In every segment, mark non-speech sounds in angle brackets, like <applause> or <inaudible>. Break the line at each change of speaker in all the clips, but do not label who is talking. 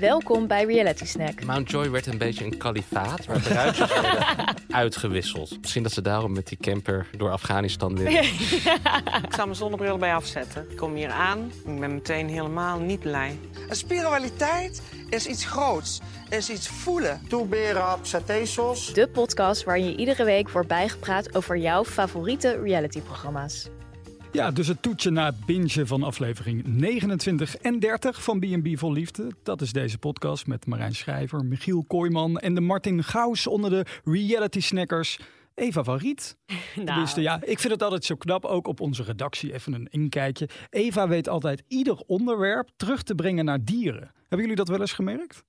Welkom bij Reality Snack.
Mountjoy werd een beetje een kalifaat waar bruidjes werden uitgewisseld. Misschien dat ze daarom met die camper door Afghanistan willen.
Ik zal mijn zonnebril erbij afzetten. Ik kom hier aan. Ik ben meteen helemaal niet blij.
Spiritualiteit is iets groots, is iets voelen.
Toeberen, satésos.
De podcast waarin je iedere week wordt bijgepraat over jouw favoriete realityprogramma's.
Ja, dus het toetje na het bingen van aflevering 29 en 30 van B&B Vol Liefde. Dat is deze podcast met Marijn Schrijver, Michiel Kooijman en de Martin Gauws onder de reality snackers. Eva van Riet. Tenminste, ja, ik vind het altijd zo knap, ook op onze redactie, even een inkijkje. Eva weet altijd ieder onderwerp terug te brengen naar dieren. Hebben jullie dat wel eens gemerkt?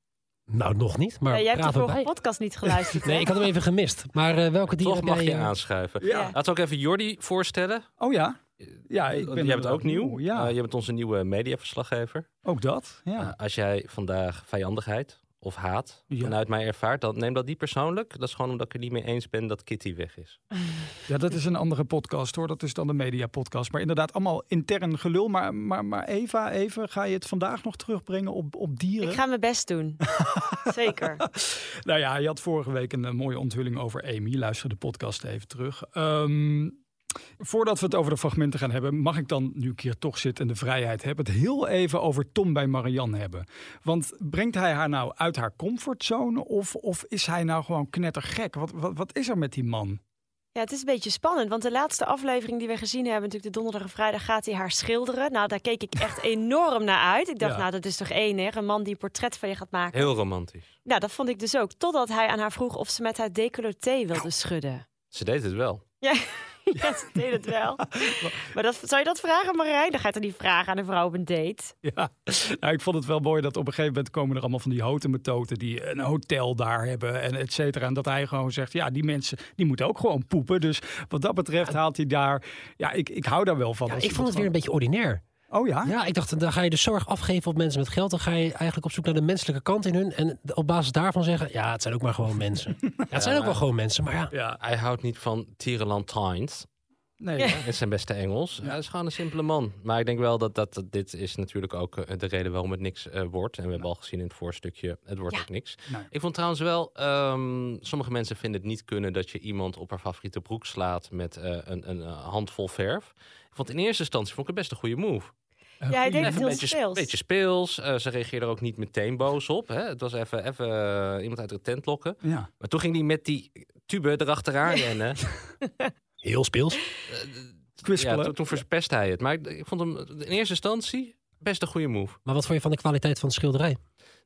Nou, nog niet, maar
Ja, jij hebt de
praat
vorige
erbij.
podcast niet geluisterd.
Nee, ik had hem even gemist. Maar eh, welke dieren
Toch mag
jij,
je
eh,
aanschuiven.
Ja.
Laten we ook even Jordi voorstellen.
Oh ja. Ja, ik ben
Eh, Jij bent
inderdaad
ook nieuw.
Ja,
Eh, jij bent onze nieuwe mediaverslaggever.
ook dat. Ja.
Eh, als jij vandaag vijandigheid of haat
Ja.
vanuit mij ervaart, dan neem dat niet persoonlijk. Dat is gewoon omdat ik het niet mee eens ben dat Kitty weg is.
Ja, dat is een andere podcast hoor. Dat is dan de media podcast. Maar inderdaad, allemaal intern gelul. Maar, maar, maar Eva, even, ga je het vandaag nog terugbrengen op, op dieren?
Ik ga mijn
<laughs>
best doen. Zeker.
Nou ja, je had vorige week een, eh, mooie onthulling over Amy. Luister de podcast even terug. Ehm, voordat we het over de fragmenten gaan hebben, mag ik dan, nu ik hier toch zit en de vrijheid heb, het heel even over Tom bij Marianne hebben. Want brengt hij haar nou uit haar comfortzone of, of is hij nou gewoon knettergek? Wat, wat, wat is er met die man?
Ja, het is een beetje spannend, want de laatste aflevering die we gezien hebben, natuurlijk de donderdag en vrijdag, gaat hij haar schilderen. Nou, daar keek ik
<laughs>
echt enorm naar uit. Ik dacht,
Ja.
nou, dat is toch enig, een man die een portret van je gaat maken.
Heel romantisch.
Nou, dat vond ik dus ook, totdat hij aan haar vroeg of ze met haar decolleté wilde schudden.
Ze deed het wel.
Ja, <laughs> ja ze deed het wel.
<laughs>
Maar dat, zou je dat vragen, Marijn? Dan gaat hij die vragen aan een vrouw op een date.
<laughs>
Eh,
Ja, nou, ik vond het wel mooi dat op een gegeven moment komen er allemaal van die hotenmetoten die een hotel daar hebben en et cetera. En dat hij gewoon zegt, ja, die mensen die moeten ook gewoon poepen. Dus wat dat betreft haalt hij daar, ja, ik, ik hou daar wel van.
ja,
als
ik
iemand
vond het weer een beetje ordinair.
gewoon- Oh ja?
Ah.
Ja, ik dacht, dan ga je dus zo erg afgeven op mensen met geld. Dan ga je eigenlijk op zoek naar de menselijke kant in hun. En op basis daarvan zeggen, ja, het zijn ook maar gewoon
<laughs>
mensen. Ja, het zijn ook wel gewoon mensen, maar ja.
Ja,
Hij houdt niet van tierenlantines.
nee. Ja.
Het zijn beste Engels. Ja. Hij is gewoon een simpele man. Maar ik denk wel dat, dat, dat dit is natuurlijk ook eh, de reden waarom het niks eh, wordt. En we hebben al gezien in het voorstukje, het wordt ook niks.
Nee.
Ik vond trouwens wel, ehm, sommige mensen vinden het niet kunnen dat je iemand op haar favoriete broek slaat met eh, een, een eh, handvol verf. Ik vond in eerste instantie vond ik het best een goede move.
Ja, hij deed het
Even
heel
een beetje, sp-
speels.
beetje speels. Eh, ze reageerde er ook niet meteen boos op. Hè? Het was even, even eh, iemand uit de tent lokken.
Ja.
Maar toen ging die met die tube erachteraan rennen.
Heel speels.
Kwispelen.
Ja, toen, toen verpest hij het. Maar ik, ik vond hem in eerste instantie best een goede move.
Maar wat vond je van de kwaliteit van de schilderij?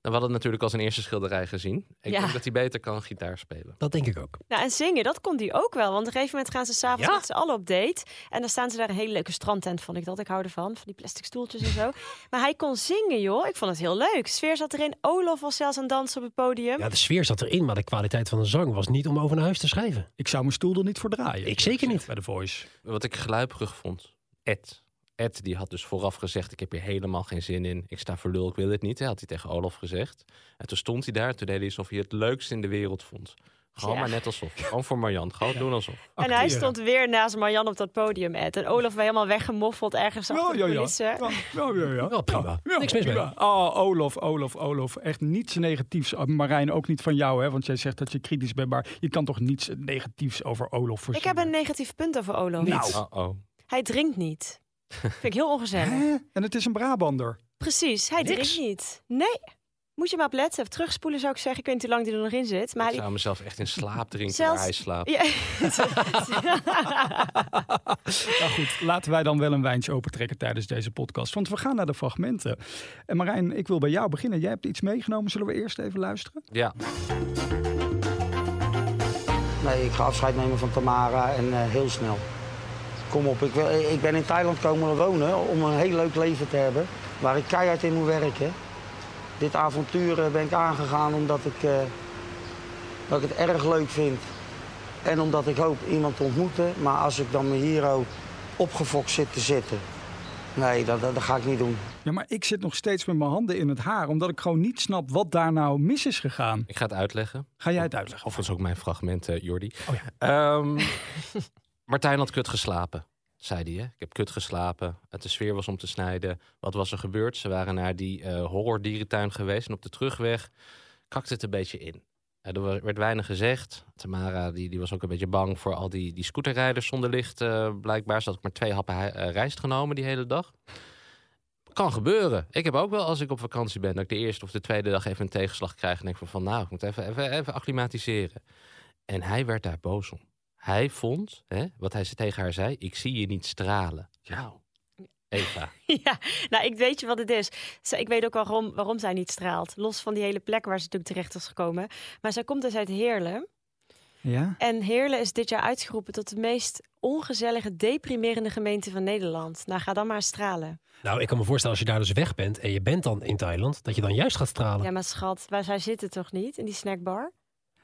Nou, we hadden het natuurlijk als een eerste schilderij gezien. Ik
Ja.
denk dat hij beter kan gitaar spelen.
Dat denk ik ook.
Nou, en zingen, dat kon die ook wel. Want op een gegeven moment gaan ze s'avonds
Ja?
met z'n allen op date. En dan staan ze daar een hele leuke strandtent, vond ik dat. Ik hou ervan, van die plastic stoeltjes en zo.
<laughs>
Maar hij kon zingen, joh. Ik vond het heel leuk. Sfeer zat erin. Olaf was zelfs aan het dansen op het podium.
Ja, de sfeer zat erin, maar de kwaliteit van de zang was niet om over naar huis te schrijven.
Ik zou mijn stoel er niet voor draaien.
Ik zeker niet.
Bij de Voice.
Wat ik gluiperig vond, Ed. Ed die had dus vooraf gezegd, ik heb hier helemaal geen zin in. Ik sta voor lul, ik wil het niet. hè, had hij tegen Olaf gezegd. En toen stond hij daar, toen deed hij alsof hij het leukste in de wereld vond. Gewoon
Ja.
maar net alsof. Gewoon voor Marjan. Gewoon doen alsof.
en hij stond weer naast Marianne op dat podium, Ed. En Olaf was helemaal weggemoffeld ergens
Ja,
achter
ja,
de
ja.
coulissen.
Ja, ja, ja, ja.
Wel prima.
Ja,
Niks mis mee.
prima. Oh, Olof, Olof, Olof. Echt niets negatiefs. eh, Marijn, ook niet van jou, hè? Want jij zegt dat je kritisch bent, maar je kan toch niets negatiefs over Olof
Ik
voorzien?
heb een negatief punt over Olaf.
Niet.
Oh-oh.
Hij drinkt niet. Vind ik heel ongezellig.
Hè? En het is een Brabander.
Precies, hij drinkt niet. Nee. Moet je maar op letten. Terugspoelen zou ik zeggen. Ik weet niet hoe lang die er nog in zit. Maar
Ik zou mezelf echt in slaap drinken
Zelfs-
waar hij slaapt.
Ja.
Nou goed, laten wij dan wel een wijntje opentrekken tijdens deze podcast. Want we gaan naar de fragmenten. En Marijn, ik wil bij jou beginnen. Jij hebt iets meegenomen. Zullen we eerst even luisteren?
Ja.
Nee, ik ga afscheid nemen van Tamara en eh, heel snel. Kom op, ik, wil- ik ben in Thailand komen wonen om een heel leuk leven te hebben. Waar ik keihard in moet werken. Dit avontuur eh, ben ik aangegaan omdat ik, eh, dat ik het erg leuk vind. En omdat ik hoop iemand te ontmoeten. Maar als ik dan me hier ook opgefokt zit te zitten. Nee, dat, dat, dat ga ik niet doen.
Ja, maar ik zit nog steeds met mijn handen in het haar, omdat ik gewoon niet snap wat daar nou mis is gegaan.
Ik ga het uitleggen.
Ga jij het uitleggen?
Of dat is ook mijn fragment, eh, Jordi.
<laughs>
Oh
Ehm, Martijn had kut geslapen, zei hij. Hè? Ik heb kut geslapen. Het de sfeer was om te snijden. Wat was er gebeurd? Ze waren naar die eh horror dierentuin geweest. En op de terugweg kakte het een beetje in. Eh, er wa- werd weinig gezegd. Tamara die, die was ook een beetje bang voor al die, die scooterrijders zonder licht. eh, blijkbaar. Ze had ook maar twee happen hij- eh, rijst genomen die hele dag. Kan gebeuren. Ik heb ook wel als ik op vakantie ben... dat ik de eerste of de tweede dag even een tegenslag krijg... en denk van, van nou, ik moet even, even, even acclimatiseren. En hij werd daar boos om. Hij vond, hè, wat hij ze- tegen haar zei... ik zie je niet stralen. Nou, Eva.
Ja, nou, ik weet je wat het is. Ze- Ik weet ook waarom, waarom zij niet straalt. Los van die hele plek waar ze natuurlijk terecht is gekomen. Maar zij komt dus uit Heerlen.
Ja?
En Heerlen is dit jaar uitgeroepen tot de meest ongezellige, deprimerende gemeente van Nederland. Nou, ga dan maar stralen.
Nou, ik kan me voorstellen als je daar dus weg bent en je bent dan in Thailand, dat je dan juist gaat stralen.
Ja, maar schat, waar zij zitten toch niet? In die snackbar?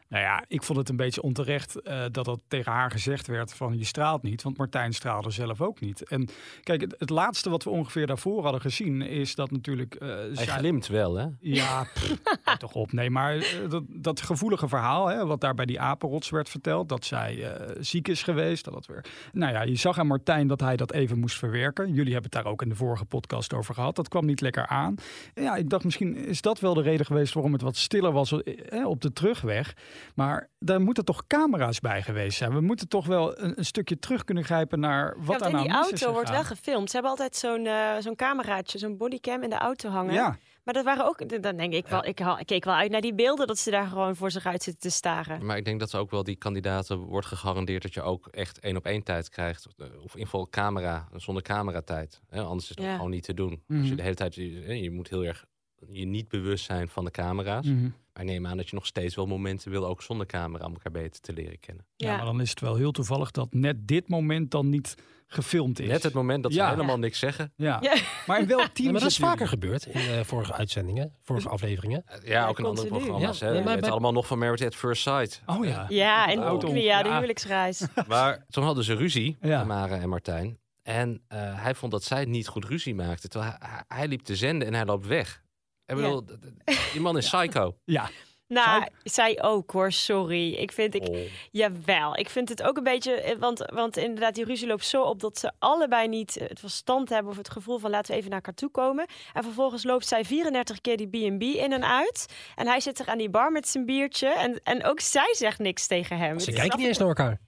Nou ja, ik vond het een beetje onterecht eh, dat dat tegen haar gezegd werd van je straalt niet, want Martijn straalde zelf ook niet. En kijk, het, het laatste wat we ongeveer daarvoor hadden gezien is dat natuurlijk... eh,
Hij
zij-
glimt wel, hè?
Ja, pff, houd toch op. Nee, maar eh, dat, dat gevoelige verhaal, hè, wat daar bij die apenrots werd verteld, dat zij eh, ziek is geweest. Dat dat weer... Nou ja, je zag aan Martijn dat hij dat even moest verwerken. Jullie hebben het daar ook in de vorige podcast over gehad. Dat kwam niet lekker aan. En Ja, ik dacht misschien is dat wel de reden geweest waarom het wat stiller was eh, op de terugweg. Maar daar moeten toch camera's bij geweest zijn. We moeten toch wel een, een stukje terug kunnen grijpen naar wat
ja,
daar
want in
nou
die
mis is
auto wordt wel
gegaan.
gefilmd. Ze hebben altijd zo'n eh, zo'n cameraatje, zo'n bodycam in de auto hangen.
Ja,
Maar dat waren ook, dan denk ik wel, ik ha- keek wel uit naar die beelden dat ze daar gewoon voor zich uit zitten te staren.
Maar ik denk dat ze ook wel die kandidaten wordt gegarandeerd dat je ook echt één op één tijd krijgt. Eh, Of in ieder geval camera, zonder cameratijd. Hè, anders is dat
Ja.
gewoon niet te doen. Als je de hele tijd, je je moet heel erg je niet bewust zijn van de camera's.
Mhm.
Maar neem aan dat je nog steeds wel momenten wil, ook zonder camera, om elkaar beter te leren kennen.
Ja, maar dan is het wel heel toevallig dat net dit moment dan niet gefilmd is.
Net het moment dat
Ja.
ze helemaal niks zeggen.
Ja.
Ja.
<laughs> Maar in welk team
Ja, maar dat is
zitten
vaker gebeurd in eh, vorige uitzendingen, vorige afleveringen.
Eh, Ja, ook in andere
continu.
programma's.
Ja.
Hè. We
Ja, maar
weten
bij-
allemaal nog van Married at First Sight.
jullie? Oh ja.
Ja,
De
en
auto.
Oeklia, de
Ja. <laughs>
huwelijksreis.
<laughs> Maar toen hadden ze ruzie,
Ja.
Tamara en Martijn. En eh, hij vond dat zij niet goed ruzie maakte. Terwijl hij, hij- hij liep te zenden en hij loopt weg. Ik bedoel, d- d- die man is
<laughs>
psycho.
Ja.
Nou, zij ook hoor, sorry. Ik vind, ik,
Oh.
jawel, ik vind het ook een beetje, eh, want, want inderdaad, die ruzie loopt zo op dat ze allebei niet eh, het verstand hebben of het gevoel van laten we even naar elkaar toe komen. En vervolgens loopt zij 34 keer die B&B in en uit. En hij zit er aan die bar met zijn biertje en, en ook zij zegt niks tegen hem.
Ze
Het is
kijken niet eens naar elkaar.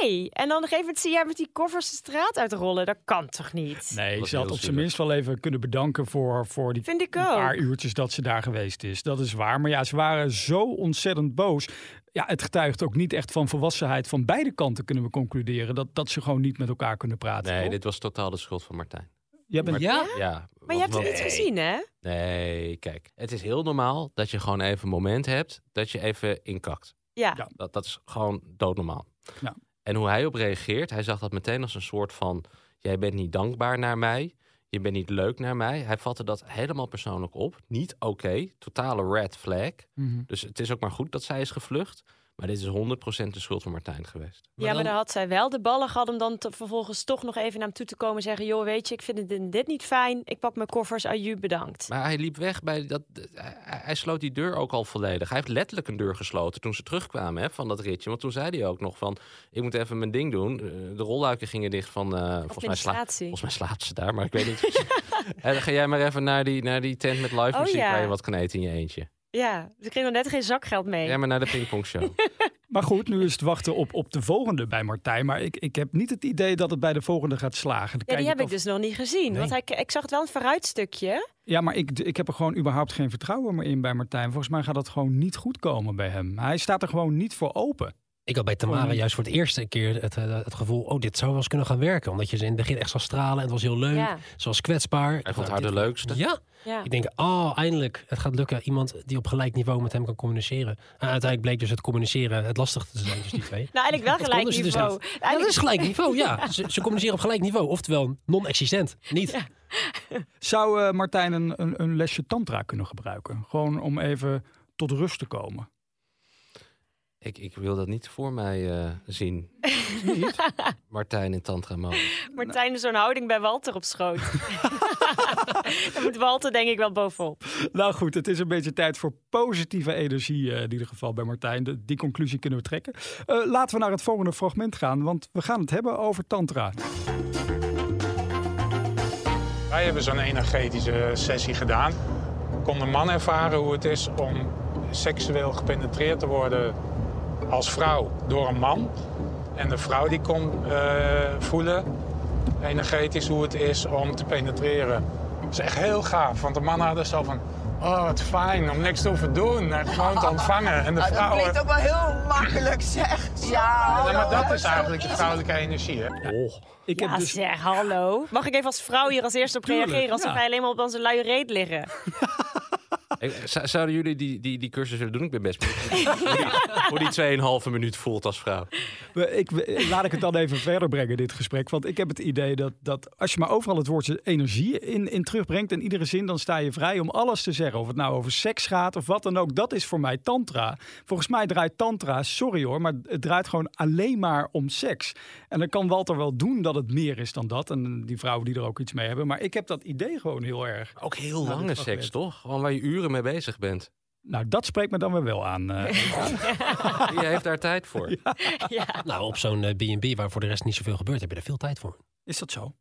Nee, en dan op een gegeven moment zie jij met die koffers de straat uitrollen. Dat kan toch niet?
Nee,
was
ze
heel
had op zijn
zielig.
minst wel even kunnen bedanken voor, voor die
Vind ik ook.
paar uurtjes dat ze daar geweest is. Dat is waar. Maar ja, ze waren zo ontzettend boos. Ja, het getuigt ook niet echt van volwassenheid van beide kanten kunnen we concluderen. Dat, dat ze gewoon niet met elkaar kunnen praten.
Nee,
toch?
dit was totaal de schuld van Martijn.
Jij bent...
Ja?
Ja,
Ah, Maar je hebt het
want-
niet gezien, hè?
Nee, kijk. Het is heel normaal dat je gewoon even een moment hebt dat je even inkakt.
Ja.
Ja.
Dat, dat is gewoon doodnormaal.
Ja.
En hoe hij op reageert, hij zag dat meteen als een soort van... jij bent niet dankbaar naar mij, je bent niet leuk naar mij. Hij vatte dat helemaal persoonlijk op. Niet oké, totale red flag.
Mhm.
Dus het is ook maar goed dat zij is gevlucht. Maar dit is 100% de schuld van Martijn geweest.
ja, maar dan had zij wel de ballen gehad om dan te- vervolgens toch nog even naar hem toe te komen en zeggen: Joh, weet je, ik vind dit, dit niet fijn. Ik pak mijn koffers, adieu, bedankt.
Maar hij liep weg bij dat. eh, Hij, hij sloot die deur ook al volledig. Hij heeft letterlijk een deur gesloten toen ze terugkwamen hè, van dat ritje. Want toen zei hij ook nog van: ik moet even mijn ding doen. Eh, De rolluiken gingen dicht van. eh, volgens, mij sla-
Administratie.
volgens mij slaapt ze daar, maar ik weet <laughs> niet. en dan ga jij maar even naar die, naar die tent met live
Oh,
muziek
ja.
waar je wat kan eten in je eentje.
Ja, ze kregen nog net geen zakgeld mee.
Ja, maar naar de pingpongshow. <laughs>
Maar goed, nu is het wachten op, op de volgende bij Martijn. Maar ik, ik heb niet het idee dat het bij de volgende gaat slagen. Dan
Ja, die
kijk
heb ik
af-
dus nog niet gezien.
Nee.
Want hij, ik zag het wel een vooruitstukje.
Ja, maar ik, ik heb er gewoon überhaupt geen vertrouwen meer in bij Martijn. Volgens mij gaat dat gewoon niet goed komen bij hem. Hij staat er gewoon niet voor open.
Ik had bij Tamara juist voor het eerst een keer het, eh, het gevoel... oh, dit zou wel eens kunnen gaan werken. Omdat je ze in het begin echt zag stralen en het was heel leuk.
Ja.
Ze was kwetsbaar.
Hij vond
Nou,
haar
dit-
de leukste.
Ja,
Ja.
ik denk, oh, eindelijk, het gaat lukken. Iemand die op gelijk niveau met hem kan communiceren. En uiteindelijk bleek dus het communiceren het lastig te zijn tussen die twee.
<laughs> Nou, eigenlijk wel
Dat
gelijk
konden ze dus
niveau.
niet. Ja, dat
Eigenlijk-
is gelijk niveau, ja. Ze, ze communiceren op gelijk niveau. Oftewel, non-existent. Niet.
Zou eh, Martijn een, een, een lesje tantra kunnen gebruiken? Gewoon om even tot rust te komen. <laughs>
Ik, ik wil dat niet voor mij eh, zien. Martijn in Tantra mode.
Martijn is zo'n houding bij Walter op schoot. Daar moet Walter denk ik wel bovenop.
Nou goed, het is een beetje tijd voor positieve energie eh, in ieder geval bij Martijn. De- die conclusie kunnen we trekken. Eh, laten we naar het volgende fragment gaan, want we gaan het hebben over tantra.
Wij hebben zo'n energetische sessie gedaan. Kon een man ervaren hoe het is om seksueel gepenetreerd te worden als vrouw door een man. En de vrouw die kon eh, voelen energetisch hoe het is om te penetreren. Dat is echt heel gaaf, want de mannen hadden zo van... Oh, wat fijn om niks te hoeven doen en gewoon te ontvangen. En de
Ah, Dat
vrouwen...
klinkt ook wel heel makkelijk, zeg. Ja,
Ja, maar dat is
zo
eigenlijk de
easy.
vrouwelijke energie, hè?
Oh.
Ik
Ja,
heb dus
zeg, hallo. Mag ik even als vrouw hier als eerste op
Tuurlijk,
reageren? Alsof
ja.
wij alleen maar op onze luie reet liggen.
Ik- z- Zouden jullie die, die, die cursus willen doen? Ik ben best <laughs> benieuwd hoe die- hoe die 2,5 minuut voelt als vrouw.
We- Ik, we- laat ik het dan even <laughs> verder brengen, dit gesprek. Want ik heb het idee dat, dat als je maar overal het woordje energie in, in terugbrengt in iedere zin, dan sta je vrij om alles te zeggen. Of het nou over seks gaat of wat dan ook. Dat is voor mij tantra. Volgens mij draait tantra, sorry hoor, maar het draait gewoon alleen maar om seks. En dan kan Walter wel doen dat het meer is dan dat. En die vrouwen die er ook iets mee hebben. Maar ik heb dat idee gewoon heel erg.
Ook heel
dit
lange
mag
seks,
net.
toch? Gewoon waar je uren mee bezig bent.
Nou, dat spreekt me dan weer wel aan. eh.
Je heeft daar tijd voor.
Nou, op zo'n eh, B&B waar voor de rest niet zoveel gebeurt, heb je er veel tijd voor.
is dat zo?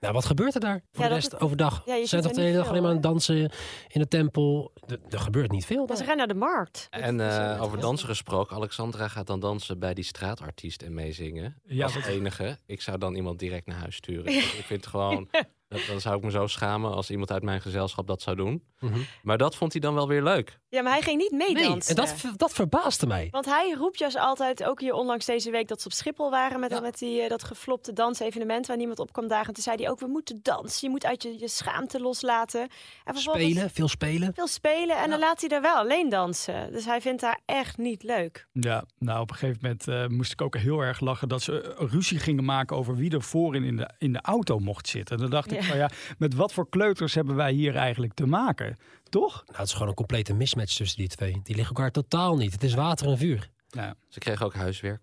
Nou, wat gebeurt er daar voor
Ja,
de
dat
rest
is-
overdag?
Ja, je
Ze
ziet
zijn
er
toch de
niet
hele dag
veel,
alleen maar aan het
hè?
dansen in de tempel? Er- Er gebeurt niet veel.
Ja,
daar.
ze gaan naar de markt.
En
Dat is,
eh,
eh,
over dansen gesproken, Alexandra gaat dan dansen bij die straatartiest en meezingen.
Ja,
als
dat-
enige. Ik zou dan iemand direct naar huis sturen. Ik ik vind het
<laughs>
gewoon, dat, dan zou ik me zo schamen als iemand uit mijn gezelschap dat zou doen.
Mhm.
Maar dat vond hij dan wel weer leuk.
Ja, maar hij ging niet
Nee, en
meedansen.
dat, ver- dat verbaasde mij.
Want hij roept juist altijd, ook hier onlangs deze week, dat ze op Schiphol waren met,
Ja.
met die, eh, dat geflopte dansevenement waar niemand op kwam dagen. En toen zei hij ook, we moeten dansen, je moet uit je, je schaamte loslaten. En vervolgens
Spelen, veel spelen.
veel spelen en dan laat hij daar wel alleen dansen. Dus hij vindt haar echt niet leuk.
Ja, nou op een gegeven moment eh, moest ik ook heel erg lachen dat ze eh, ruzie gingen maken over wie er voorin in de, in de auto mocht zitten. Dan dacht ik
Ja.
van ja, met wat voor kleuters hebben wij hier eigenlijk te maken? Toch?
Nou, het is gewoon een complete mismatch tussen die twee. Die liggen elkaar totaal niet. Het is water en vuur.
Ze kreeg ook huiswerk.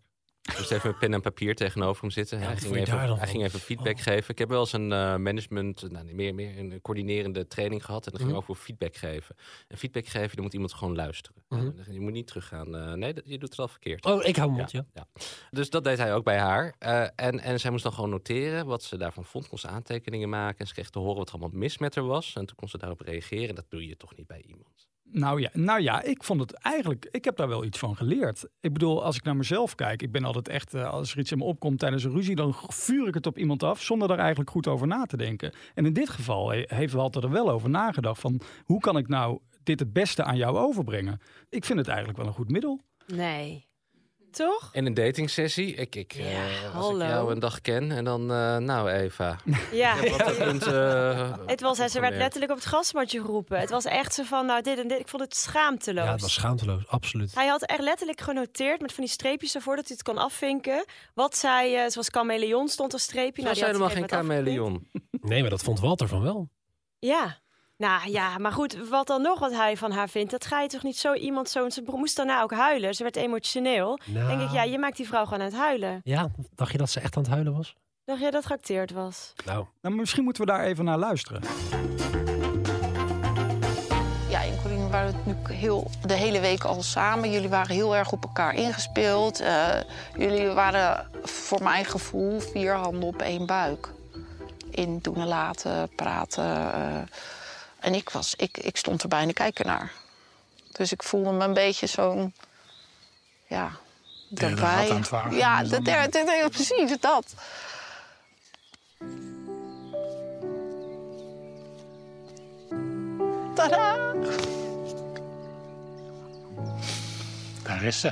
Dus even met pen en papier tegenover hem zitten.
Ja,
hij,
wat
ging
vond je daar
even,
dan
hij
van?
ging even feedback
Oh.
geven. Ik heb wel eens een eh, management, eh, nou, niet meer, meer een coördinerende training gehad. En dat ging
Mhm.
over feedback geven. En feedback geven, dan moet iemand gewoon luisteren.
Mhm.
Ja, Je moet niet teruggaan. eh, nee, dat- je doet het al verkeerd.
Oh, ik hou mijn mond, ja.
Dus dat deed hij ook bij haar. Eh, en, en zij moest dan gewoon noteren wat ze daarvan vond. Kon ze aantekeningen maken. En ze kreeg te horen wat er allemaal mis met haar was. En toen kon ze daarop reageren. Dat doe je toch niet bij iemand.
Nou ja, nou ja, ik vond het eigenlijk, ik heb daar wel iets van geleerd. Ik bedoel, als ik naar mezelf kijk, ik ben altijd echt, eh, als er iets in me opkomt tijdens een ruzie, dan vuur ik het op iemand af zonder daar eigenlijk goed over na te denken. En in dit geval he- heeft Walter er wel over nagedacht van hoe kan ik nou dit het beste aan jou overbrengen? Ik vind het eigenlijk wel een goed middel.
Nee. Toch?
En een datingsessie. Ik, ik, eh, als ik
hallo.
jou een dag ken. En dan, eh, nou Eva.
<laughs> Ja.
Ik heb wat punten, eh,
Het was, ze werd
opgemerkt.
letterlijk op het grasmatje geroepen. Het was echt zo van, nou dit en dit. Ik vond het schaamteloos.
Ja, het was schaamteloos, absoluut.
Hij had echt letterlijk genoteerd met van die streepjes ervoor dat hij het kon afvinken. Wat zij, eh, zoals chameleon stond een streepje. Nou,
Ze was
die had
helemaal
hij
geen
op een gegeven moment
chameleon.
Nee, maar dat vond Walter van wel.
afgevinkt. Ja. Nou ja, maar goed, wat dan nog wat hij van haar vindt, dat ga je toch niet zo iemand zo... Ze moest daarna ook huilen, ze werd emotioneel.
Nou,
Denk ik, ja, je maakt die vrouw gewoon aan het huilen.
ja, dacht je dat ze echt aan het huilen was?
Dacht jij dat geacteerd was?
Nou,
Nou, misschien moeten we daar even naar luisteren.
Ja, in Corine waren we natuurlijk heel, de hele week al samen. Jullie waren heel erg op elkaar ingespeeld. Eh, jullie waren voor mijn gevoel vier handen op één buik. In doen en laten, praten. eh. en ik, was, ik, ik stond er bijna kijken naar. Dus ik voelde me een beetje zo'n... Ja,
Derde
erbij.
rat aan het wagen. dus
Ja, de derde- de- de- precies dat. Tadaa!
<laughs>
Daar is ze.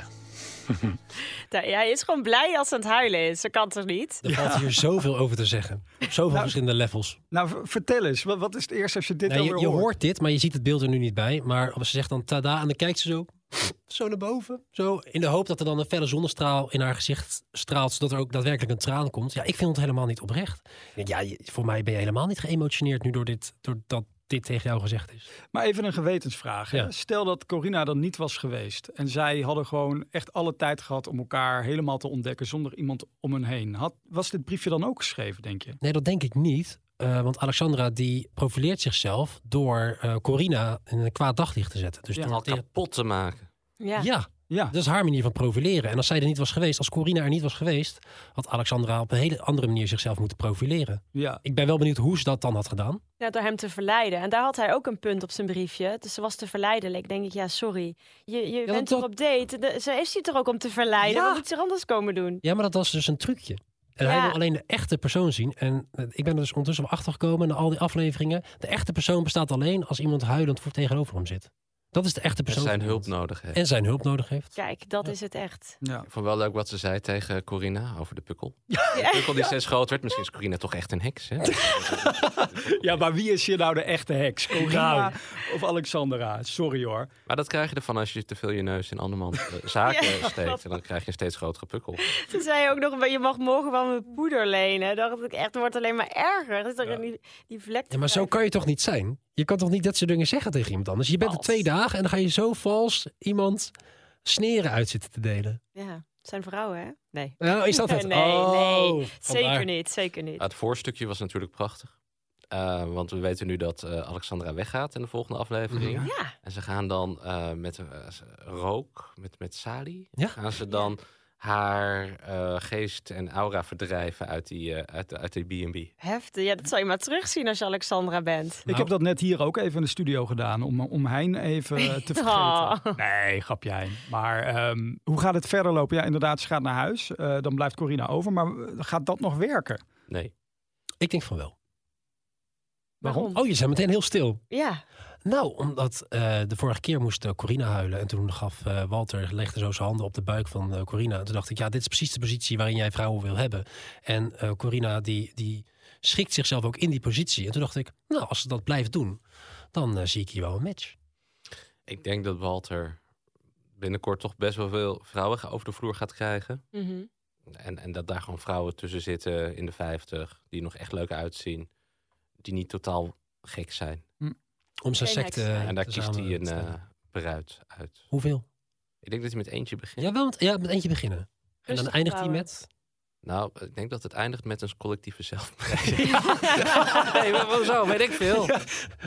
Nou, hij is gewoon blij als ze aan het huilen is. Dat kan toch niet?
Er valt hier zoveel over te zeggen. Op zoveel verschillende levels.
Nou, v- vertel eens. Wat, wat is het eerste als je dit
Nou,
alweer
je, je
hoort?
hoort dit, maar je ziet het beeld er nu niet bij. Maar ze zegt dan tada en dan kijkt ze zo, <laughs> zo naar boven. Zo, in de hoop dat er dan een felle zonnestraal in haar gezicht straalt. Zodat er ook daadwerkelijk een traan komt. Ja, ik vind het helemaal niet oprecht. Ik denk, ja, je- voor mij ben je helemaal niet geëmotioneerd nu door dit, doordat dit tegen jou gezegd is.
Maar even een gewetensvraag. hè.
Ja.
Stel dat Corina er niet was geweest en zij hadden gewoon echt alle tijd gehad om elkaar helemaal te ontdekken zonder iemand om hen heen. Had, was dit briefje dan ook geschreven, denk je?
Nee, dat denk ik niet. Eh, want Alexandra die profileert zichzelf door eh, Corina in een kwaad daglicht te zetten. Dus
Ja,
door
al
tegen-
kapot te maken.
Ja.
Ja. dat is haar manier van profileren. En als zij er niet was geweest, als Corina er niet was geweest, had Alexandra op een hele andere manier zichzelf moeten profileren.
Ja.
Ik ben wel benieuwd hoe ze dat dan had gedaan.
Ja, door hem te verleiden. En daar had hij ook een punt op zijn briefje. Dus ze was te verleidelijk. Denk ik, ja, sorry. Je, je bent toch op date. De- ze heeft hij toch ook om te verleiden?
Ja.
Wat moet ze er anders komen doen?
Ja, maar dat was dus een trucje. En
Ja.
hij wil alleen de echte persoon zien. En eh, ik ben er dus ondertussen op achtergekomen na al die afleveringen. De echte persoon bestaat alleen als iemand huilend voor tegenover hem zit. Dat is de echte
En
persoon.
zijn hulp nodig heeft.
En zijn hulp nodig heeft.
Kijk, dat is het echt. <laughs>
Ik vond wel leuk wat ze zei tegen Corinna over de pukkel. De pukkel die steeds groter werd. Misschien is Corinna toch echt een heks, hè?
<laughs>
Ja, maar wie is hier nou de echte <laughs> heks? Corina
Nou.
of Alexandra? Sorry hoor.
Maar dat krijg je ervan als je te veel je neus in andermans eh, zaken
Ja.
steekt. En dan krijg je een steeds grotere pukkel.
Toen zei je ook nog, je mag morgen wel mijn poeder lenen. Dacht ik, echt, het wordt alleen maar erger. Dat is toch die, die vlek.
Ja, maar zo kan je toch niet zijn? Je kan toch niet dat soort dingen zeggen tegen iemand anders? Je bent er twee dagen en dan ga je zo vals iemand sneren uit zitten te delen.
Ja, het zijn vrouwen, hè? Nee.
Nou, is dat het?
<laughs> nee,
Oh,
nee.
vandaar. Ah.
Zeker niet, zeker niet.
Ja, het voorstukje was natuurlijk prachtig. Eh, want we weten nu dat eh, Alexandra weggaat in de volgende
Mhm.
aflevering. En ze gaan dan eh, met eh, z- rook, met, met Sali, gaan ze dan haar eh, geest en aura verdrijven uit die eh, uit, uit die B&B.
Heftig. Ja, dat zal je maar terugzien als je Alexandra bent.
Nou,
Ik heb dat net hier ook even in de studio gedaan om, om Hein even eh, te vergeten.
Oh.
Nee, grapje Hein. Maar ehm, hoe gaat het verder lopen? Ja, inderdaad, ze gaat naar huis. eh, dan blijft Corina over. Maar eh, gaat dat nog werken?
Nee.
Ik denk van wel.
Waarom?
Oh, je bent meteen heel stil.
Ja.
Nou, omdat eh, de vorige keer moest eh, Corina huilen. En toen gaf eh, Walter, legde zo zijn handen op de buik van eh, Corina. En toen dacht ik, ja, dit is precies de positie waarin jij vrouwen wil hebben. En eh, Corina, die, die schikt zichzelf ook in die positie. En toen dacht ik, nou, als ze dat blijft doen, dan eh, zie ik hier wel een match.
Ik denk dat Walter binnenkort toch best wel veel vrouwen over de vloer gaat krijgen.
Mhm.
En, en dat daar gewoon vrouwen tussen zitten in de 50 die nog echt leuk uitzien, die niet totaal gek zijn.
Om zijn Geen secte, heks zijn.
En daar
te
kiest
samen
hij een
te
eh
stellen.
bruid uit.
Hoeveel?
Ik denk dat hij met eentje begint.
Ja, wel met, ja, met eentje beginnen. en dan
Rustig
eindigt hij
bouwen.
met...
Nou, ik denk dat het eindigt met een collectieve
<laughs>
zelfbreiding. <laughs> nee, maar hoezo? Weet ik veel.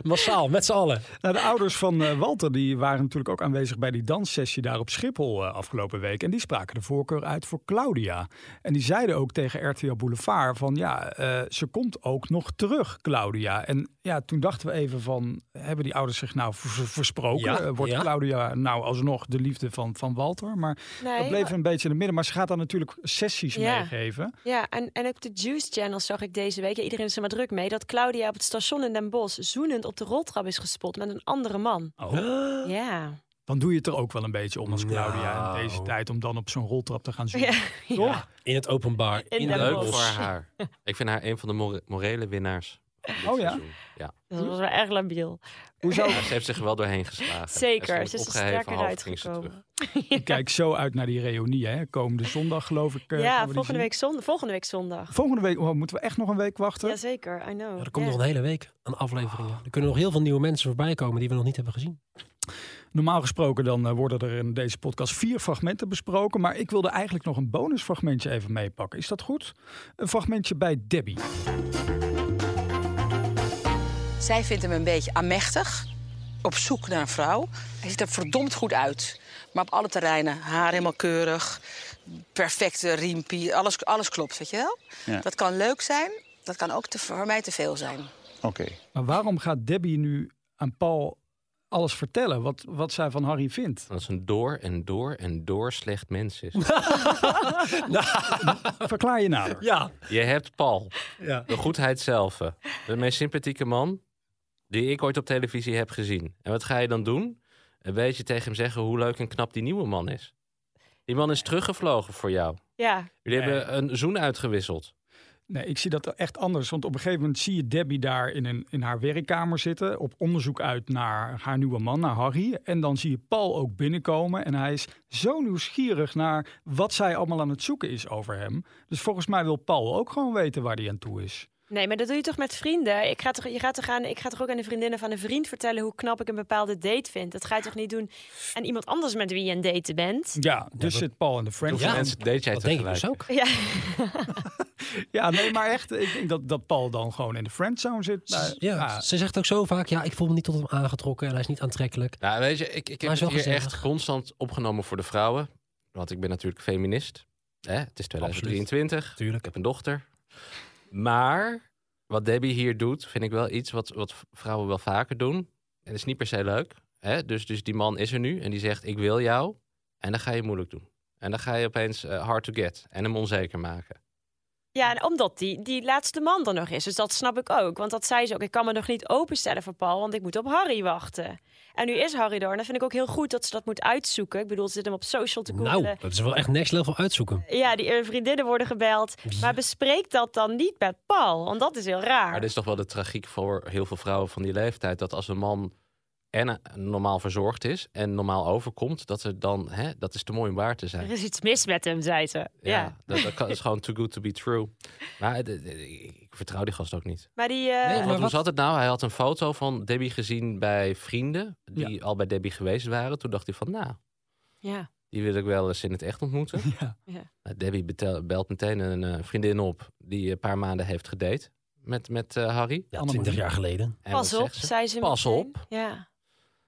Massaal, met z'n allen.
Nou, de ouders van eh, Walter die waren natuurlijk ook aanwezig bij die danssessie daar op Schiphol eh, afgelopen week. En die spraken de voorkeur uit voor Claudia. En die zeiden ook tegen RTL Boulevard van ja, eh, ze komt ook nog terug, Claudia. En ja, toen dachten we even van, hebben die ouders zich nou vers- versproken?
Ja,
Eh, Wordt
ja.
Claudia nou alsnog de liefde van, van Walter? Maar
Nee, oh,
dat bleef
maar-
een beetje in het midden. Maar ze gaat dan natuurlijk sessies
Ja.
meegeven.
Ja, en, en op de Juice Channel zag ik deze week, ja, iedereen is er maar druk mee, dat Claudia op het station in Den Bosch zoenend op de roltrap is gespot met een andere
<gasps>
man.
Oh.
Ja.
Dan doe je het er ook wel een beetje om als Claudia in deze
Nou.
tijd om dan op zo'n roltrap te gaan zoeken.
Ja.
Toch?
In het openbaar.
In Den
Leuk
Bosch.
voor
<laughs>
haar. Ik vind haar een van de more- morele winnaars.
Oh ja.
Ja.
Dat was wel erg labiel.
Hoezo?
Maar Ze heeft zich er wel doorheen geslagen.
Zeker,
stond
ze is er
opgeheven,
sterker
half
uit
ging ze
gekomen.
terug.
Ik kijk zo uit naar die reunie, hè? Komende zondag, geloof ik. eh, gaan we
ja,
die
volgende
zien.
week, zondag, volgende week zondag.
Volgende week oh, moeten we echt nog een week wachten.
Jazeker, I know.
Er komt nog een hele week aan afleveringen.
Ah.
Er kunnen nog heel veel nieuwe mensen voorbij komen die we nog niet hebben gezien.
Normaal gesproken dan eh, worden er in deze podcast vier fragmenten besproken. Maar ik wilde eigenlijk nog een bonusfragmentje even meepakken. Is dat goed? Een fragmentje bij Debbie.
Zij vindt hem een beetje amechtig. Op zoek naar een vrouw. Hij ziet er verdomd goed uit. Maar op alle terreinen. Haar helemaal keurig. Perfecte riempie. Alles, alles klopt, weet je wel?
Ja.
Dat kan leuk zijn. Dat kan ook te, voor mij te veel zijn.
Oké.
Maar waarom gaat Debbie nu aan Paul alles vertellen wat, wat zij van Harry vindt?
Dat is een door en door en door slecht mens is.
Verklaar je nader.
Ja.
Je hebt Paul,
Ja.
de goedheid zelf. De meest sympathieke man die ik ooit op televisie heb gezien. En wat ga je dan doen? Een beetje tegen hem zeggen hoe leuk en knap die nieuwe man is. Die man is teruggevlogen voor jou.
Ja.
Jullie hebben een zoen uitgewisseld.
Nee, ik zie dat echt anders. Want op een gegeven moment zie je Debbie daar in, een, in haar werkkamer zitten. Op onderzoek uit naar haar nieuwe man, naar Harry. En dan zie je Paul ook binnenkomen. En hij is zo nieuwsgierig naar wat zij allemaal aan het zoeken is over hem. Dus volgens mij wil Paul ook gewoon weten waar hij aan toe is.
Nee, maar dat doe je toch met vrienden? Ik ga toch, je gaat toch aan, ik ga toch ook aan de vriendinnen van een vriend vertellen hoe knap ik een bepaalde date vind? Dat ga je toch niet doen aan iemand anders met wie je een date bent?
Ja, dus zit Paul in de friendzone.
Hoeveel mensen date jij
Dat
tegelijk?
denk ik dus
<laughs>
ook.
Ja.
Ja, nee, maar echt. Ik denk dat, dat Paul dan gewoon in de friendzone zit.
Nou,
Nou, Maar,
Ja, ze zegt ook zo vaak, ja, ik voel me niet tot hem aangetrokken en hij is niet aantrekkelijk.
Nou, weet je, ik, ik heb
Maar is
het
wel
hier
gezellig.
echt constant opgenomen voor de vrouwen. Want ik ben natuurlijk feminist. Hè? Het is 2023. Ik heb een dochter. Maar wat Debbie hier doet, vind ik wel iets wat, wat vrouwen wel vaker doen. En dat is niet per se leuk. Hè? Dus, dus die man is er nu en die zegt, ik wil jou. En dan ga je moeilijk doen. En dan ga je opeens eh, hard to get en hem onzeker maken.
Ja, en omdat die, die laatste man er nog is. Dus dat snap ik ook. Want dat zei ze ook. Ik kan me nog niet openstellen voor Paul, want ik moet op Harry wachten. En nu is Harry er. En dat vind ik ook heel goed dat ze dat moet uitzoeken. Ik bedoel, ze zit hem op social te googlen.
Nou, dat is wel echt next level uitzoeken.
Ja, die eh, vriendinnen worden gebeld. Maar bespreek dat dan niet met Paul, want dat is heel
Maar
raar.
dus- dit is toch wel de tragiek voor heel veel vrouwen van die leeftijd. Dat als een man en eh, normaal verzorgd is en normaal overkomt, dat er dan, hè, dat is te mooi om waar te zijn.
Er is iets mis met hem, zei ze. Ja.
Ja, dat, dat kan- is gewoon too good to be true. Maar het- het- ik, ik vertrouw die gast ook niet.
Maar die... eh,
Want hoe zat het nou? Hij had een foto van Debbie gezien bij vrienden die al bij Debbie geweest waren. Toen dacht hij van, nou,
Ja.
die wil ik wel eens in het echt ontmoeten.
<laughs>
Ja.
Nou, Debbie betel- belt meteen een eh, vriendin op die een paar maanden heeft gedate met, met eh, Harry.
Ja, 20 jaar geleden.
En
Pas
wat
op,
zegt ze?
zei ze
Pas
meteen.
op.
Ja.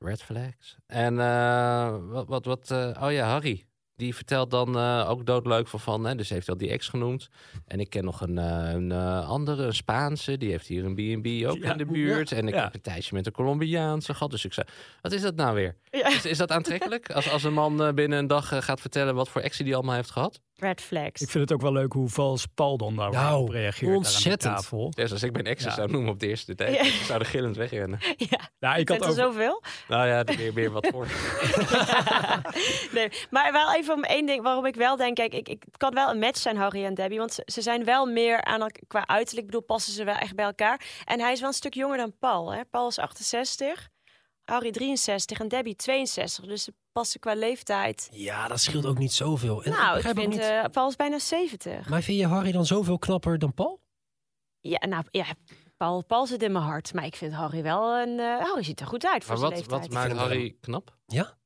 Red flags. En eh, wat, wat, wat eh, oh ja, Harry. Die vertelt dan eh, ook doodleuk van van, hè, dus heeft al die ex genoemd. En ik ken nog een, eh, een eh, andere, een Spaanse, die heeft hier een B&B ook
Ja,
in de buurt.
ja,
en ik
ja.
heb een tijdje met een Colombiaanse gehad. Dus ik zei, wat is dat nou weer?
Ja.
Is, is dat aantrekkelijk? Als, als een man eh, binnen een dag eh, gaat vertellen wat voor actie die allemaal heeft gehad?
Red flags. <laughs>
Ik vind het ook wel leuk hoe vals Paul dan daarop
Nou,
reageert. daar Aan
ontzettend.
de tafel.
Dus als ik mijn exen
Ja.
zou noemen op de eerste date,
Ja.
ze zouden gillend wegrennen. Ah,
Nou, ik
Zijn
had
er
ook...
zoveel?
<laughs>
<laughs>
Nou ja, er weer, weer wat voor.
Nee, maar wel even om één ding waarom ik wel denk, kijk, ik, ik, het kan wel een match zijn, Harry en Debbie, want ze, ze zijn wel meer aan elk- qua uiterlijk, ik bedoel, passen ze wel echt bij elkaar. En hij is wel een stuk jonger dan Paul, hè? Paul is 68, Harry 63 en Debbie 62, dus ze passen qua leeftijd.
Ja, dat scheelt ook niet zoveel. En
nou, ik
begrijp ook
vind
niet-
eh, Paul is bijna 70.
Maar vind je Harry dan zoveel knapper dan Paul?
Ja, nou, ja, Paul, Paul zit in mijn hart, maar ik vind Harry wel een, eh, Harry ziet er goed uit voor
Maar
zijn
wat,
leeftijd.
wat maakt Harry knap?
Ja?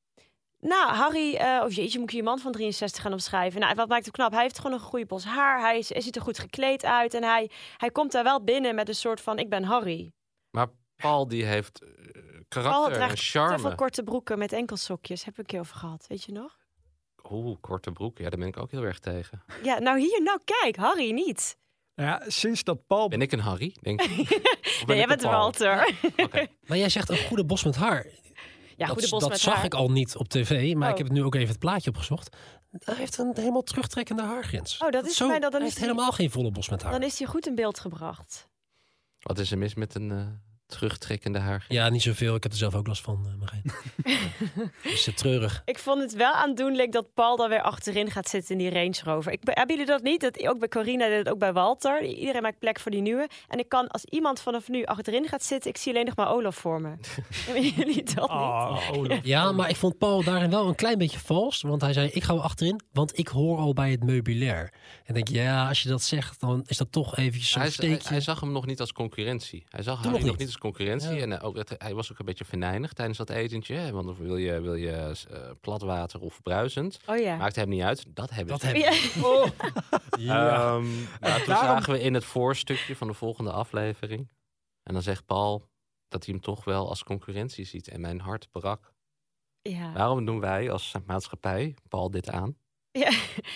Nou, Harry, eh of jeetje, moet ik je man van 63 gaan omschrijven? Nou, wat maakt hem knap? Hij heeft gewoon een goede bos haar. Hij, is- hij ziet er goed gekleed uit. En hij, hij komt daar wel binnen met een soort van: Ik ben Harry.
Maar Paul die heeft eh,
Paul
karakter en
draagt te veel
charme.
korte broeken met enkelsokjes. Heb ik een keer over gehad, weet je nog?
Oeh, korte broek. Ja, daar ben ik ook heel erg tegen.
Ja, nou hier, nou kijk, Harry niet.
Nou ja, sinds dat Paul...
Ben ik een Harry, denk
<laughs>
ik? Of ben
nee, jij
ik een
bent
Paul?
Walter. <laughs>
Maar jij zegt een goede bos met haar.
Ja,
dat
goede bos
dat
met
zag
haar.
ik al niet op tv, maar
Oh.
ik heb nu ook even het plaatje opgezocht. Hij heeft een helemaal terugtrekkende haargrens.
Oh, dat is
zo,
fijn, dan- dan
hij
is
heeft
hij-
helemaal geen volle bos met haar.
Dan is hij goed in beeld gebracht.
Wat is er mis met een eh, terugtrekkende haar?
Ja, niet zoveel. Ik heb er zelf ook last van, eh, Marijn.
<laughs>
is het treurig.
Ik vond het wel aandoenlijk dat Paul dan weer achterin gaat zitten in die Range Rover. Ik, be- hebben jullie dat niet? Dat, ook bij Corina deed het, ook bij Walter. Iedereen maakt plek voor die nieuwe. En ik kan, als iemand vanaf nu achterin gaat zitten, ik zie alleen nog maar Olaf
<laughs>
voor me. hebben jullie <laughs> dat niet?
Oh, Olaf.
Ja, maar ik vond Paul daarin wel een klein beetje vals. Want hij zei, ik ga wel achterin, want ik hoor al bij het meubilair. En ik denk, ja, als je dat zegt, dan is dat toch eventjes zo'n
Hij, is- hij,
steekje.
hij zag hem nog niet als concurrentie. Hij zag Harry
nog
nog
niet.
niet als concurrentie.
Ja.
En eh, ook, het- hij was ook een beetje venijnig tijdens dat etentje. hè, Want of wil je, wil je eh, platwater of bruisend?
Oh ja.
Maakt hem niet uit. Dat hebben
Dat
ze.
heb ik.
<laughs> Ja.
Oh.
<laughs>
Ja.
Ehm, maar toen
daarom-
zagen we in het voorstukje van de volgende aflevering. En dan zegt Paul dat hij hem toch wel als concurrentie ziet. En mijn hart brak.
Ja.
Waarom doen wij als maatschappij Paul dit aan?
Ja,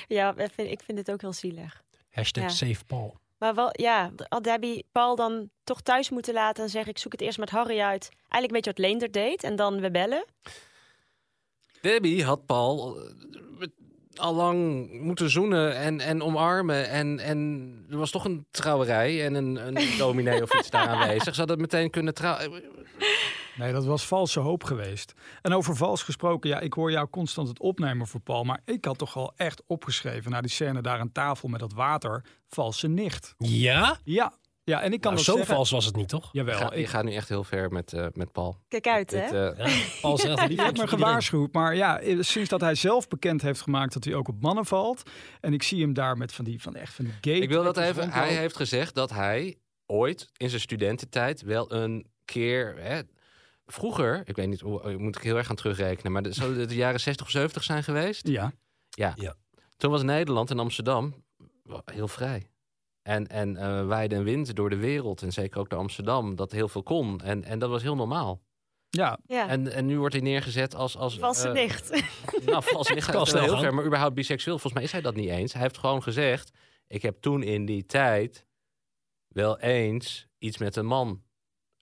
ja ik, vind, ik vind het ook heel zielig.
Hashtag
Ja.
save Paul.
Maar wel, ja, had Debbie Paul dan toch thuis moeten laten en zeggen: Ik zoek het eerst met Harry uit. Eigenlijk een beetje wat Leender deed en dan we bellen.
Debbie had Paul eh, met- allang moeten zoenen en, en omarmen. En, en er was toch <laughs> een trouwerij en een, een dominee of iets daar aanwezig. Ze hadden meteen kunnen trouwen.
Nee, dat was valse hoop geweest. En over vals gesproken, ja, ik hoor jou constant het opnemen voor Paul. Maar ik had toch al echt opgeschreven na die scène daar aan tafel met dat water. Valse nicht.
Ja?
Ja. Ja, en ik kan
Nou,
dat
zo
zeggen.
vals was het niet, toch?
Jawel.
Ga-
ik-
je gaat nu echt heel ver met, eh, met Paul.
Kijk uit, hè?
Dit, eh,
Paul is echt een
Die werd me gewaarschuwd. Maar ja, eh, sinds dat hij zelf bekend heeft gemaakt dat hij ook op mannen valt. En ik zie hem daar met van die, van echt van die gay.
Ik wil dat
trekkers
even.
rondlopen.
Hij heeft gezegd dat hij ooit in zijn studententijd wel een keer. Hè, vroeger, ik weet niet, hoe- moet ik heel erg gaan terugrekenen. Maar de, zou het de jaren 60 of 70 zijn geweest?
Ja.
Ja.
Ja.
Toen was Nederland en Amsterdam wel heel vrij. En, en eh waaide en wind door de wereld. En zeker ook naar Amsterdam. Dat heel veel kon. En, en dat was heel normaal.
Ja.
Ja.
En, en nu wordt hij neergezet als. als
Valse
eh,
<laughs> nicht.
nou, als hij
Kan
gaat
snel
heel
gaan.
ver, maar überhaupt biseksueel. Volgens mij is hij dat niet eens. Hij heeft gewoon gezegd: ik heb toen in die tijd wel eens iets met een man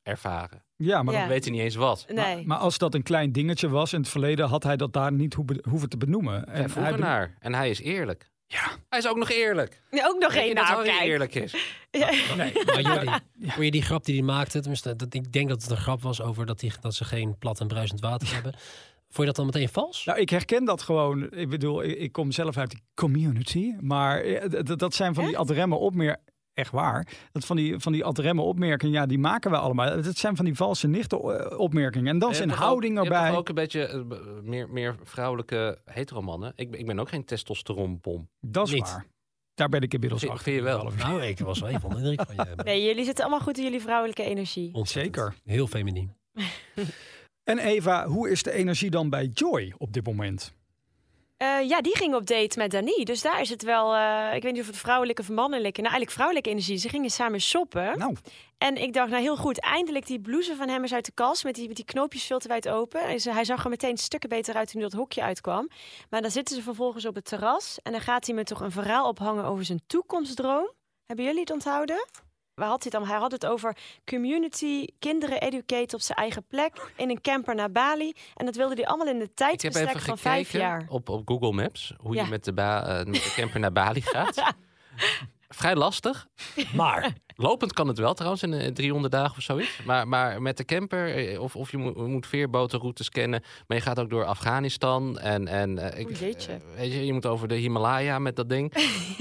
ervaren.
Ja, maar,
Ja.
Dan weet hij niet eens wat.
Nee.
maar als dat een klein dingetje was in het verleden, had hij dat daar niet hoebe- hoeven te benoemen.
En hij vroeg
hij be-
ernaar. En hij is eerlijk.
Ja.
Hij is ook nog eerlijk.
Ja, ook nog
Denk
één
je dat
nou,
Harry
kijk.
eerlijk is. <laughs>
Nee,
Maar Jordi, hoor je die grap die hij maakte? Tenminste, dat, ik denk dat het een grap was over dat, die, dat ze geen plat en bruisend
<laughs>
water hebben. Vond je dat dan meteen vals?
Nou, ik herken dat gewoon. Ik bedoel, ik, ik kom zelf uit die community. Maar eh, d- d- dat zijn van die ad remme opmerkingen. Echt waar. Dat van die, van die ad remme opmerkingen, ja, die maken we allemaal. Dat zijn van die valse nichten eh, opmerkingen. En dan
Je
zijn
hebt toch ook-
houding
Je hebt
erbij.
toch ook een beetje eh, b- meer, meer vrouwelijke heteromannen. Ik, ben- ik ben ook geen testosteronbom.
Dat is
niet.
waar. Daar ben ik inmiddels
Vind,
achter.
vind je wel?
Nou, ik was wel even onder de indruk van je.
Nee, jullie zitten allemaal goed in jullie vrouwelijke energie.
Ontzettend.
Zeker.
Heel feminien.
En Eva, hoe is de energie dan bij Joy op dit moment?
Eh, ja, die ging op date met Dani. Dus daar is het wel, eh, ik weet niet of het vrouwelijke of mannelijke. Nou, eigenlijk vrouwelijke energie. Ze gingen samen shoppen.
Nou,
En ik dacht, nou heel goed, eindelijk die blouse van hem is uit de kast. Met die, met die knoopjes veel te wijd open. Hij ze- hij zag er meteen stukken beter uit toen hij dat hokje uitkwam. Maar dan zitten ze vervolgens op het terras. En dan gaat hij me toch een verhaal ophangen over zijn toekomstdroom. Hebben jullie het onthouden? Waar had hij het dan? Hij had het over community, kinderen educaten op zijn eigen plek. In een camper naar Bali. En dat wilde hij allemaal in de
Ik heb even
tijdsbestek van vijf jaar.
gekeken op, op Google Maps hoe
Ja.
je met de, ba- eh, met de camper naar Bali
<laughs>
gaat. Vrij lastig.
Maar,
Lopend kan het wel trouwens in eh, 300 dagen of zoiets. Maar, maar met de camper, eh, of, of je moet, moet veerbotenroutes kennen. Maar je gaat ook door Afghanistan. En, en, eh, ik,
Oeh, jeetje.
eh, weet je, je moet over de Himalaya met dat ding.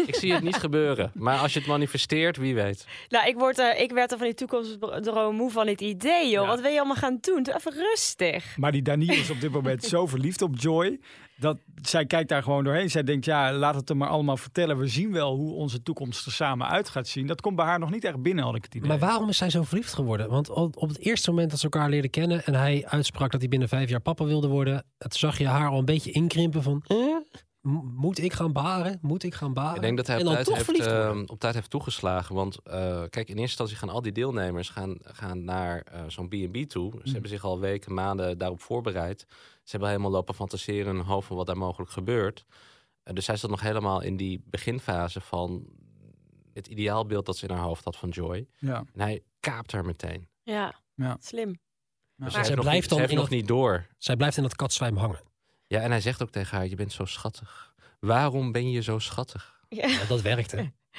ik zie
<laughs>
het niet gebeuren. Maar als je het manifesteert, wie weet.
Nou, ik, word er, ik werd er van die toekomstdroom moe van dit idee, joh.
Ja.
Wat wil je allemaal gaan doen? Doe even rustig.
maar die Dani is op dit moment zo verliefd op Joy. Dat zij kijkt daar gewoon doorheen. Zij denkt, ja, laat het hem maar allemaal vertellen. We zien wel hoe onze toekomst er samen uit gaat zien. Dat komt bij haar nog niet echt binnen, had ik het idee.
maar waarom is zij zo verliefd geworden? Want op op het eerste moment dat ze elkaar leerden kennen... en hij uitsprak dat hij binnen vijf jaar papa wilde worden... het zag je haar al een beetje inkrimpen van... eh, m- moet ik gaan baren? Moet ik gaan baren?
Ik denk dat hij
Oh, en
op
dan
tijd,
toch
heeft,
verliefd worden.
eh, op tijd heeft toegeslagen. Want eh, kijk, in eerste instantie gaan al die deelnemers gaan, gaan naar eh, zo'n B&B toe.
Mhm.
Ze hebben zich al weken, maanden daarop voorbereid. Ze hebben helemaal lopen fantaseren in hun hoofd van wat daar mogelijk gebeurt. Eh, dus zij zat nog helemaal in die beginfase van het ideaalbeeld dat ze in haar hoofd had van Joy.
Ja.
En hij kaapt haar meteen.
Ja,
Ja.
slim.
Dus
zij
hij
blijft dan
heeft
in
nog
dat-
niet door.
Zij blijft in dat katzwijm <laughs> hangen.
Ja, en hij zegt ook tegen haar, je bent zo schattig. Waarom ben je zo schattig?
Ja,
Ja, dat werkte.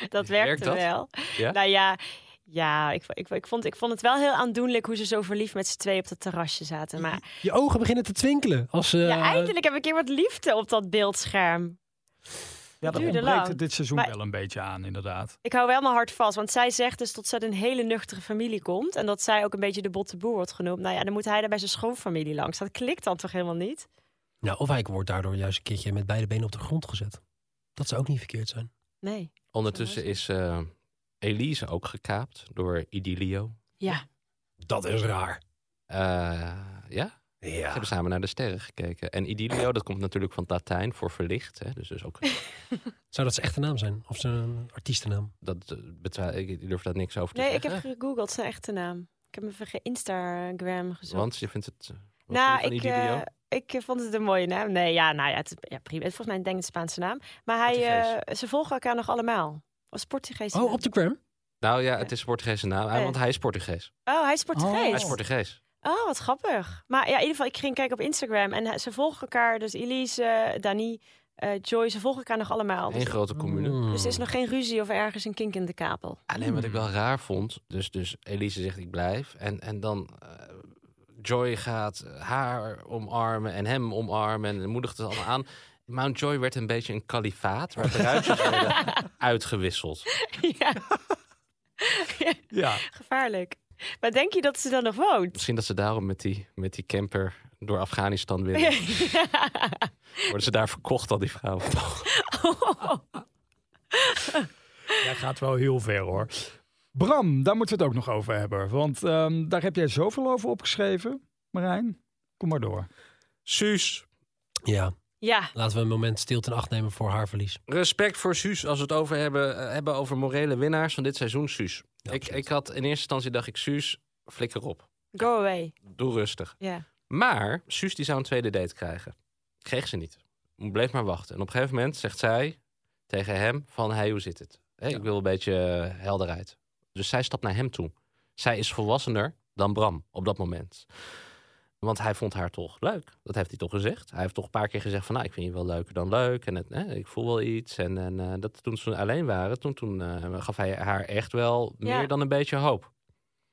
dat werkte
werkt dat?
wel.
Ja?
Nou ja, ja ik, ik, ik, vond, ik vond het wel heel aandoenlijk hoe ze zo verliefd met z'n tweeën op dat terrasje zaten. Maar
Je ogen beginnen te twinkelen. Als, eh,
ja, eindelijk heb ik hier wat liefde op dat beeldscherm.
Ja, dat
duurde
ontbreekt
lang.
het dit seizoen
Maar-
wel een beetje aan, inderdaad.
Ik hou wel mijn hart vast, want zij zegt dus dat ze uit een hele nuchtere familie komt. En dat zij ook een beetje de botte boer wordt genoemd. Nou ja, dan moet hij daar bij zijn schoonfamilie langs. Dat klikt dan toch helemaal niet?
Nou, of hij wordt daardoor juist een keertje met beide benen op de grond gezet. Dat zou ook niet verkeerd zijn.
Nee.
Ondertussen is eh, Elise ook gekaapt door Idilio.
Ja.
Dat is raar.
Eh, ja, ze
Ja.
hebben samen naar de sterren gekeken. En idilio, dat komt natuurlijk van het Latijn voor verlicht. Hè? Dus, dus
<laughs>
ook,
Zou dat zijn echte naam zijn? Of zijn artiestennaam?
dat, eh, betwa- ik durf daar niks over te
Nee, ik
zeggen.
heb gegoogeld zijn echte naam. Ik heb even geïnstagram gezocht.
Want je vindt het... eh, wat
nou,
vind
ik,
je van Idilio?
eh, ik eh, vond het een mooie naam. Nee, ja, nou ja, het, ja prima. Het is volgens mij denk ik een Spaanse naam. Maar hij,
Portugees.
eh, ze volgen elkaar nog allemaal. Als Portugees.
Oh, op de gram?
Nou ja, het is een Portugese naam, Ah,
Eh.
want hij is Portugees.
oh, hij is Portugees.
Hij is Portugees.
Oh, wat grappig. Maar ja, in ieder geval, ik ging kijken op Instagram en eh, ze volgen elkaar. Dus Elise, eh, Dani, eh, Joy, ze volgen elkaar nog allemaal.
Eén
Dus,
grote commune.
Hmm.
dus er is nog geen ruzie of ergens een kink in de kapel. <laughs>
Alleen wat ik wel raar vond, dus, dus Elise zegt ik blijf. En, en dan eh, Joy gaat haar omarmen en hem omarmen en moedigt het allemaal aan. Mount Joy werd een beetje een kalifaat waar de ruiters werden uitgewisseld.
Ja. ja. Gevaarlijk. Maar denk je dat ze dan nog woont?
Misschien dat ze daarom met die, met die camper door Afghanistan willen. Worden ze daar verkocht, al die vrouwen?
Jij gaat wel heel ver hoor. Bram, daar moeten we het ook nog over hebben. Want ehm, daar heb jij zoveel over opgeschreven, Marijn. Kom maar door.
Suus.
Ja.
<laughs> Ja.
Laten we een moment stilte in acht nemen voor haar verlies.
Respect voor Suus als we het over hebben, eh, hebben over morele winnaars van dit seizoen, Suus. ik, ik had in eerste instantie dacht ik, Suus, flikker op.
Go away.
Doe rustig.
Ja.
Maar Suus die zou een tweede date krijgen. Kreeg ze niet. Bleef maar wachten. En op een gegeven moment zegt zij tegen hem van... Hey, hoe zit het? Hé, Ik wil een beetje eh, helderheid. Dus zij stapt naar hem toe. Zij is volwassener dan Bram op dat moment. Want hij vond haar toch leuk. Dat heeft hij toch gezegd. Hij heeft toch een paar keer gezegd van... Nou, ik vind je wel leuker dan leuk. En het, eh, ik voel wel iets. En, en eh, dat toen ze alleen waren, toen, toen eh, gaf hij haar echt wel
Ja.
meer dan een beetje hoop.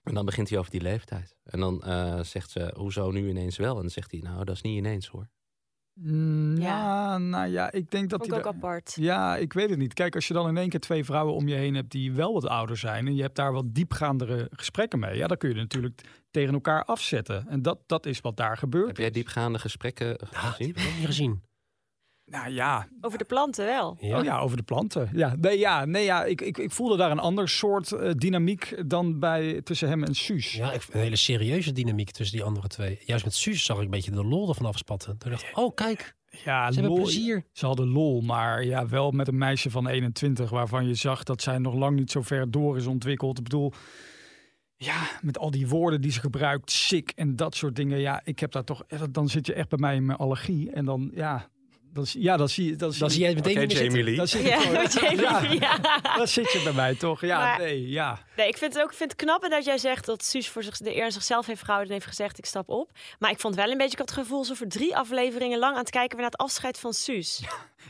En dan begint hij over die leeftijd. En dan eh, zegt ze, hoezo nu ineens wel? En dan zegt hij, nou, dat is niet ineens hoor.
Mm, ja, nou ja, ik denk dat
Vond ik
die
ook
daar-
apart.
Ja, ik weet het niet. Kijk, als je dan in één keer twee vrouwen om je heen hebt die wel wat ouder zijn en je hebt daar wat diepgaandere gesprekken mee, ja, dan kun je natuurlijk tegen elkaar afzetten. En dat, dat is wat daar gebeurt. Heb
jij diepgaande gesprekken eh, gezien?
heb ik niet gezien.
Nou ja,
Over de planten wel.
Oh ja, over de planten. Ja, nee, ja, nee, ja ik, ik, ik voelde daar een ander soort eh, dynamiek dan bij, tussen hem en Suus.
Ja, ik, een hele serieuze dynamiek tussen die andere twee. Juist met Suus zag ik een beetje de lol ervan afspatten. Toen dacht ik, oh kijk,
Ja,
Ah,
Ze hebben
lol.
plezier.
Ze hadden lol, maar ja, wel met een meisje van 21 waarvan je zag dat zij nog lang niet zo ver door is ontwikkeld. Ik bedoel, ja, met al die woorden die ze gebruikt, sick en dat soort dingen. Ja, ik heb daar toch, eh, dan zit je echt bij mij in mijn allergie. En dan, ja, dan, zie- ja, dan zie je. Dan, zie
Dan zie jij het meteen
Oké,
niet meer
Jamie
zitten.
Lee. Dan zit,
<laughs> Ja,
je toch-
Jamie Lee, ja.
dan zit je bij mij toch? Ja,
Maar-
nee, ja.
Nee, ik vind het ook ik vind het knapper dat jij zegt dat Suus voor zich, de eer aan zichzelf heeft gehouden en heeft gezegd: ik stap op. Maar ik vond wel een beetje, ik had het gevoel alsof we drie afleveringen lang aan het kijken we naar het afscheid van Suus.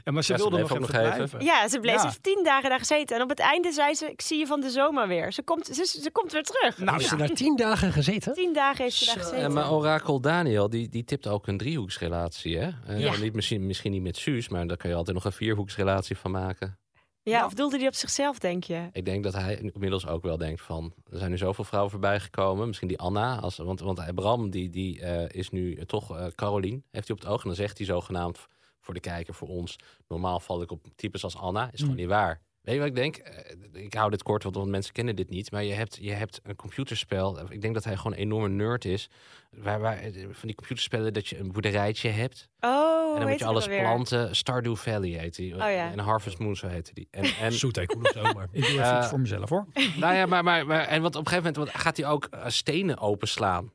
Ja, maar ze
Ja, ze
wilde
bleef
nog
ook
even
nog even.
blijven.
Ja, ze bleef
Ja.
ze heeft tien dagen daar gezeten. En op het einde zei ze: Ik zie je van de zomer weer. Ze komt, ze, ze komt weer terug.
Nou,
Heeft ze daar tien dagen gezeten?
Tien dagen heeft ze daar gezeten.
En Eh, maar orakel Daniel, die, die tipte ook een driehoeksrelatie, hè? Eh,
Ja.
niet, misschien, misschien niet met Suus, maar daar kan je altijd nog een vierhoeksrelatie van maken.
Ja, of doelde die op zichzelf, denk je? Oh,
Ik denk dat hij inmiddels ook wel denkt van... er zijn nu zoveel vrouwen voorbij gekomen. Misschien die Anna. Als, want, want Bram die, die, eh, is nu toch... eh Caroline heeft hij op het oog. En dan zegt hij zogenaamd voor de kijker, voor ons... normaal val ik op types als Anna. Is gewoon
Mm.
niet waar. Weet je wat ik denk? Eh, ik hou dit kort, want, want mensen kennen dit niet. Maar je hebt, je hebt een computerspel. Ik denk dat hij gewoon een enorme nerd is. Waar, waar, eh, van die computerspellen dat je een boerderijtje hebt.
Oh,
en dan
weet
moet je alles
planten.
planten. Stardew Valley heet die.
Oh ja.
En Harvest Moon, zo heette die. En,
<laughs>
en...
Zoetekoen of zo, maar...
Ik doe even
Eh,
iets voor mezelf hoor.
Nou ja, maar, maar, maar en want op een gegeven moment want gaat hij ook eh, stenen openslaan.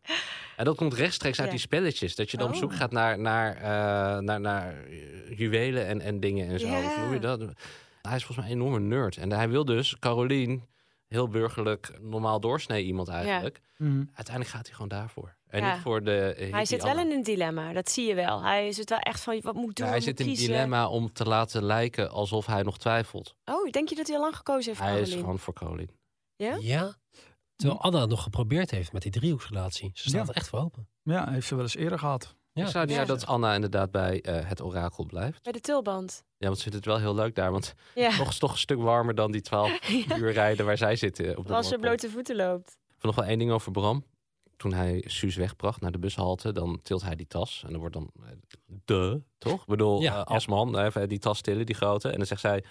En dat komt rechtstreeks uit
Ja.
die spelletjes. Dat je dan op
Oh.
zoek gaat naar, naar, eh, naar, naar eh, juwelen en, en dingen en zo.
Ja.
Of hoe noem je dat? Hij is volgens mij een enorme nerd. En hij wil dus, Carolien, heel burgerlijk, normaal doorsnee iemand eigenlijk.
Mm.
Uiteindelijk gaat hij gewoon daarvoor. En
Ja.
niet voor de... eh,
Hij
hippie
zit
Anna.
wel in een dilemma, dat zie je wel. Hij zit wel echt van: wat moet ik doen?
Ja, hij
wat moet
zit in het
kiezen?
dilemma om te laten lijken alsof hij nog twijfelt.
Oh, denk je dat hij al lang gekozen heeft?
Hij is
Caroline?
gewoon voor Carolien.
Ja?
Ja. Terwijl Anna het nog geprobeerd heeft met die driehoeksrelatie. Ze staat
Ja.
er echt voor open.
Ja, heeft ze wel eens eerder gehad.
Ik zou niet
Ja.
dat Anna inderdaad bij eh, het orakel blijft.
Bij de tulband.
Ja, want ze vindt het wel heel leuk daar. Want
Ja.
toch is toch een stuk warmer dan die 12
<laughs> Ja.
uur rijden waar zij zitten. Op de
Als ze
Noordpool.
blote voeten loopt.
Van nog wel één ding over Bram. Toen hij Suus wegbracht naar de bushalte, dan tilt hij die tas. En dan wordt dan eh, de, toch? Ik bedoel,
Ja,
eh,
ja.
als man, even die tas tillen, die grote. En dan zegt zij,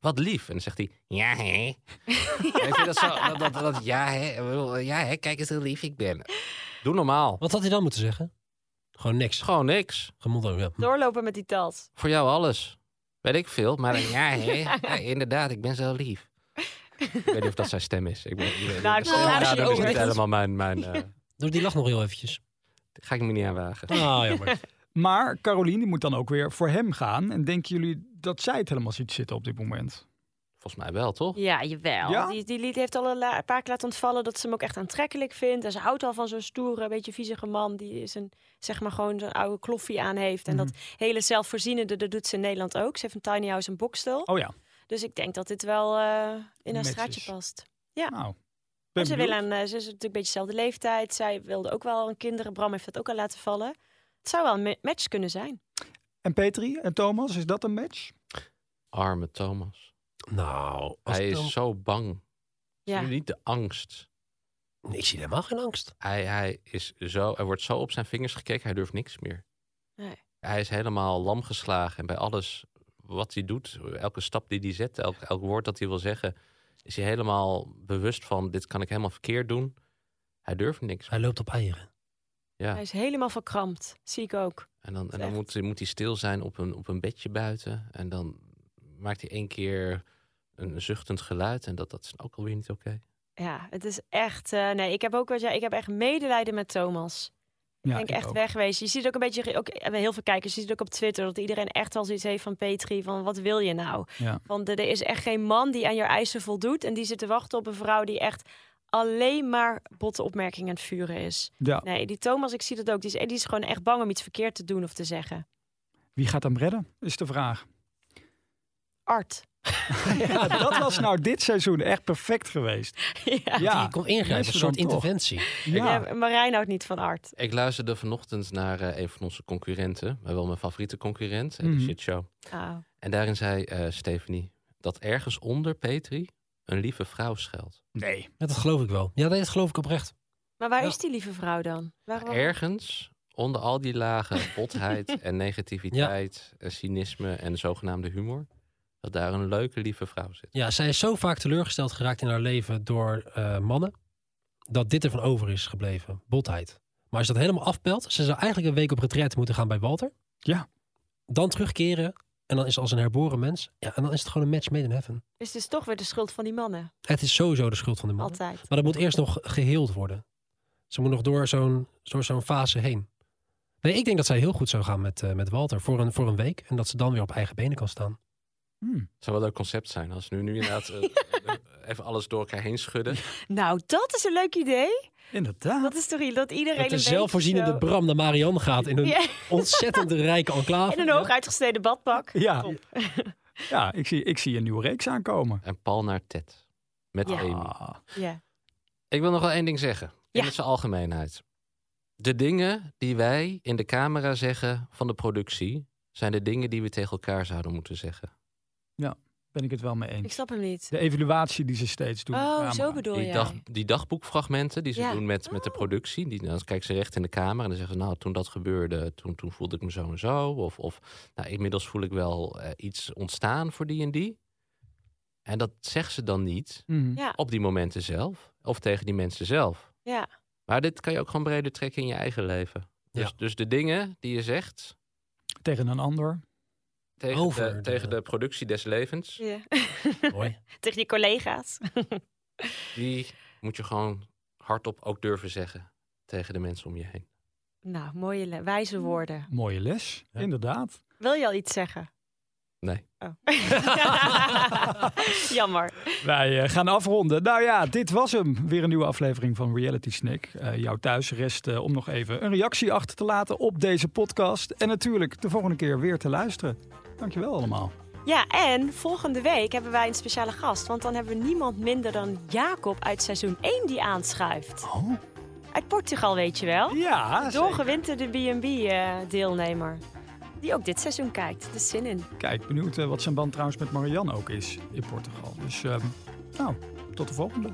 wat lief. En dan zegt hij, ja hè.
<laughs>
Ik vind dat zo, dat, dat, dat- ja hè, Ik bedoel, ja hè, kijk eens hoe lief ik ben. Doe normaal.
Wat had hij dan moeten zeggen? Gewoon niks.
Gewoon niks.
Gemodder, ja.
Doorlopen met die tas.
Voor jou alles. Weet ik veel,
<laughs>
maar dan, ja hè. Ja, inderdaad, ik ben zo lief. Ik weet niet of dat zijn stem is. Ik ben, ik weet-
Nou, ik vond haar
ja,
dus
dat is
ook
niet
echt-
helemaal mijn... mijn eh,
Doe die lach nog heel eventjes.
ga ik me niet aan wagen.
Ah, jammer.
Maar Caroline die moet dan ook weer voor hem gaan. En denken jullie dat zij het helemaal ziet zitten op dit moment?
Volgens mij wel, toch?
Ja, jawel.
Ja?
Die, die lied heeft al een, la- een paar keer laten ontvallen dat ze hem ook echt aantrekkelijk vindt. En ze houdt al van zo'n stoere, beetje viezige man die is een, zeg maar gewoon zo'n oude kloffie aan heeft. En dat hele zelfvoorzienende, dat doet ze in Nederland ook. Ze heeft een tiny house en bokstel.
Oh ja.
Dus ik denk dat dit wel eh, in haar
Matches.
straatje past. Ja.
Nou,
En ze, wil aan, eh, ze is natuurlijk een beetje dezelfde leeftijd. Zij wilde ook wel aan kinderen. Bram heeft dat ook al laten vallen. Het zou wel een ma- match kunnen zijn.
En Petri en Thomas, is dat een match?
Arme Thomas.
Nou, als
hij is
Tom-
zo bang.
Ja.
Ja. Niet de angst.
Ik zie helemaal geen angst.
Hij, hij, is zo, hij wordt zo op zijn vingers gekeken, hij durft niks meer.
Nee.
Hij is helemaal lam geslagen. En bij alles wat hij doet, elke stap die hij zet, elk, elk woord dat hij wil zeggen, is hij helemaal bewust van: dit kan ik helemaal verkeerd doen. Hij durft niks.
Hij loopt op eieren.
Ja.
Hij is helemaal verkrampt. Zie ik ook.
En dan, en
Echt.
dan moet, moet hij stil zijn op een, op een bedje buiten. En dan maakt hij één keer een zuchtend geluid. En dat, dat is ook alweer niet oké.
Ja, het is echt. eh, nee, ik heb ook wat jij. Ik heb echt medelijden met Thomas. Ik
Ja,
denk
ik
echt
ook.
weg geweest. Je ziet ook een beetje. Ook, eh, heel veel kijkers. Je ziet ook op Twitter dat iedereen echt wel zoiets heeft van Petri. Van wat wil je nou?
Ja.
Want er er is echt geen man die aan jouw eisen voldoet. En die zit te wachten op een vrouw die echt alleen maar botte opmerkingen aan het vuren is.
Ja.
Nee, die Thomas, ik zie dat ook. Die is, eh, die is gewoon echt bang om iets verkeerd te doen of te zeggen.
Wie gaat hem redden, is de
<laughs>
vraag.
Art. <laughs>
Ja, dat was nou dit seizoen echt perfect geweest.
Ja.
Ah,
Die kon ingrijpen, een soort interventie.
Ja.
Ja, Marijn houdt niet van Art.
Ik luisterde vanochtend naar eh, een van onze concurrenten. Maar wel mijn favoriete concurrent. eh,
Mhm.
De Shit Show.
Ah.
En daarin zei eh Stephanie dat ergens onder Petri een lieve vrouw schuilt.
Nee.
Ja, dat geloof ik wel. Ja, nee, dat geloof ik oprecht.
Maar waar is die lieve vrouw dan? Waarom?
Ergens onder al die lagen <laughs> botheid en negativiteit en cynisme en zogenaamde humor. Dat daar een leuke, lieve vrouw zit.
Ja, zij is zo vaak teleurgesteld geraakt in haar leven door eh, mannen. Dat dit ervan over is gebleven. Botheid. Maar als je dat helemaal afpelt, ze zou eigenlijk een week op retraite moeten gaan bij Walter.
Ja.
Dan terugkeren. En dan is ze als een herboren mens. Ja, en dan is het gewoon een match made in heaven.
Is dus toch weer de schuld van die mannen.
Het is sowieso de schuld van de man.
Altijd.
Maar dat moet eerst nog geheeld worden. Ze moet nog door zo'n door zo'n fase heen. Nee, ik denk dat zij heel goed zou gaan met, eh, met Walter voor een, voor een week. En dat ze dan weer op eigen benen kan staan.
Hm,
Het zou wel een leuk concept zijn als we nu, nu inderdaad eh, eh, even alles door elkaar heen schudden.
Nou, dat is een leuk idee.
Inderdaad.
Dat is toch i- dat iedereen
Dat de
een
zelfvoorzienende
beetje zo-
Bram naar Marianne gaat in een
<laughs> Ja.
ontzettend rijke enclave.
In een hoog uitgesneden badpak.
Ja, ja ik, zie, ik zie een nieuwe reeks aankomen. Ah,
En Paul naar Ted. Met
Ja.
Amy.
Ja.
Ik wil nog wel één ding zeggen.
Ja.
In zijn algemeenheid. De dingen die wij in de camera zeggen van de productie... zijn de dingen die we tegen elkaar zouden moeten zeggen.
Ja, ben ik het wel mee
Ik
eens.
snap hem niet.
De evaluatie die ze steeds doen.
Oh,
Ja,
zo
maar-
bedoel
Die,
je.
dag, die dagboekfragmenten die ze
Ja. Oh.
doen met, met de productie. Die, dan kijken ze recht in de camera en dan zeggen ze... nou, toen dat gebeurde, toen, toen voelde ik me zo en zo. Of, of nou, inmiddels voel ik wel eh, iets ontstaan voor die en die. En dat zegt ze dan niet
Mhm.
Ja.
op die momenten zelf. Of tegen die mensen zelf.
Ja.
Maar dit kan je ook gewoon breder trekken in je eigen leven. Dus, dus de dingen die je zegt
Tegen een ander.
tegen,
Over
de,
de-
tegen de productie des levens...
Ja. <laughs>
Mooi.
Tegen je collega's.
die moet je gewoon hardop ook durven zeggen tegen de mensen om je heen.
nou, mooie le- wijze woorden.
Mooie les, inderdaad.
Wil je al iets
<laughs>
zeggen?
Nee.
Oh. Jammer.
Wij eh, gaan afronden. Nou ja, dit was hem. Weer een nieuwe aflevering van Reality Snack. Eh jou thuis rest eh, om nog even een reactie achter te laten op deze podcast. En natuurlijk de volgende keer weer te luisteren. Dankjewel allemaal.
Ja, en volgende week hebben wij een speciale gast. Want dan hebben we niemand minder dan Jacob uit seizoen 1 die aanschuift.
Oh.
Uit Portugal, weet je wel.
Ja,
De doorgewinterde B&B-deelnemer. eh, Die ook dit seizoen kijkt. Er is zin in.
Kijk, benieuwd eh, wat zijn band trouwens met Marianne ook is in Portugal. Dus ehm, nou, tot de volgende.